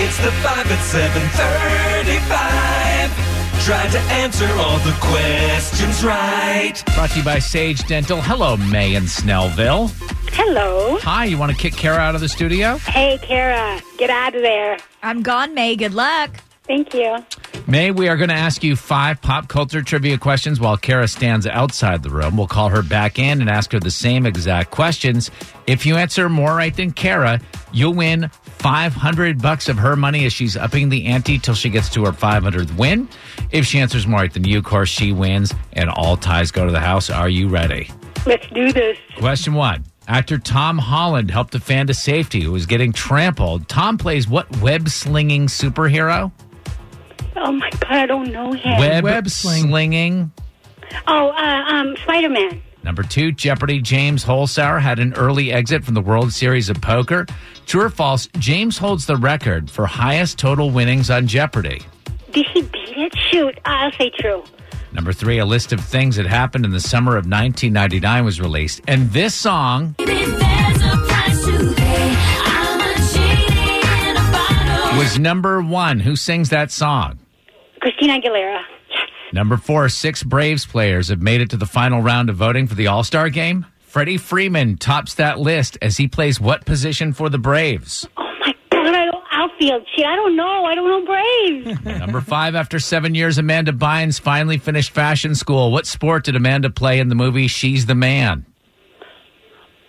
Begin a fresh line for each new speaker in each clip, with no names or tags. It's the 5 at 735. Trying to answer all the questions right.
Brought to you by Sage Dental. Hello, May in Snellville.
Hello.
Hi, you want to kick Kara out of the studio?
Hey, Kara, get out of there.
I'm gone, May. Good luck.
Thank you.
May, we are going to ask you five pop culture trivia questions while Kara stands outside the room. We'll call her back in and ask her the same exact questions. If you answer more right than Kara, you'll win 500 bucks of her money as she's upping the ante till she gets to her 500th win. If she answers more right than you, of course, she wins and all ties go to the house. Are you ready?
Let's do this.
Question one. Actor Tom Holland helped a fan to safety who was getting trampled. Tom plays what web slinging superhero?
Oh my God, I don't know him.
Web,
Web sling.
slinging.
oh, uh, um, Spider Man.
Number two, Jeopardy James Holzhauer had an early exit from the World Series of Poker. True or false, James holds the record for highest total winnings on Jeopardy.
Did he beat it? Shoot, I'll say true.
Number three, a list of things that happened in the summer of 1999 was released. And this song,
If there's a price to pay, I'm a genie in a bottle.
was number one. Who sings that song?
Christina Aguilera.
Number four, six Braves players have made it to the final round of voting for the All Star game. Freddie Freeman tops that list as he plays what position for the Braves?
Oh my God, I don't outfield. Shit, I don't know. I don't know Braves.
Number five, after seven years, Amanda Bynes finally finished fashion school. What sport did Amanda play in the movie She's the Man?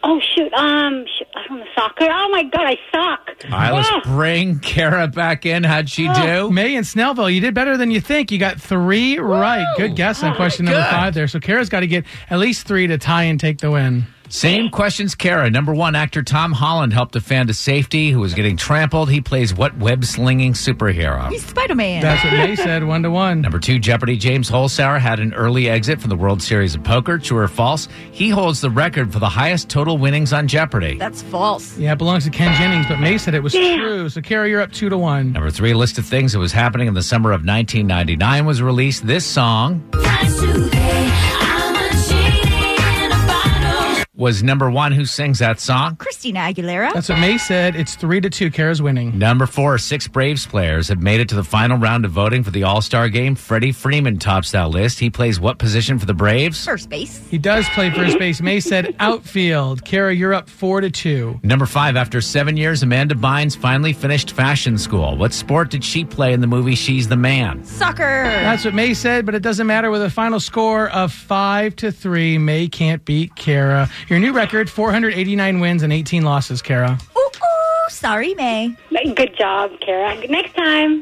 oh shoot, um, sh I don't know soccer. Oh my God, I suck.
All right,
Ah,
let's bring Kara back in. How'd she do?
May and Snellville, you did better than you think. You got three right. Good guess on question number
good.
five there. So Kara's got to get at least three to tie and take the win.
Same questions, Kara. Number one, actor Tom Holland helped a fan to safety who was getting trampled. He plays what web slinging superhero?
He's Spider Man.
That's what May said. One to one.
Number two, Jeopardy James Holzhauer had an early exit from the World Series of Poker. True or false? He holds the record for the highest total winnings on Jeopardy.
That's false.
Yeah, it belongs to Ken Jennings, but May said it was true. So Kara, you're up two to one.
Number three, a list of things that was happening in the summer of 1999 was released. This song.
Price to pay, I'm a genie in a bottle.
was number one. Who sings that song?
Christina Aguilera.
That's what May said. It's three to two. Kara's winning.
Number four, six Braves players have made it to the final round of voting for the All Star game. Freddie Freeman tops that list. He plays what position for the Braves?
First base.
He does play first base. May said outfield. Kara, you're up four to two.
Number five, after seven years, Amanda Bynes finally finished fashion school. What sport did she play in the movie She's the Man?
Soccer.
That's what May said, but it doesn't matter with a final score of five to three. May can't beat Kara. Your new record: 489 wins and 18 losses. Kara.
ooh, ooh. Sorry, May.
Good job, Kara. Next time.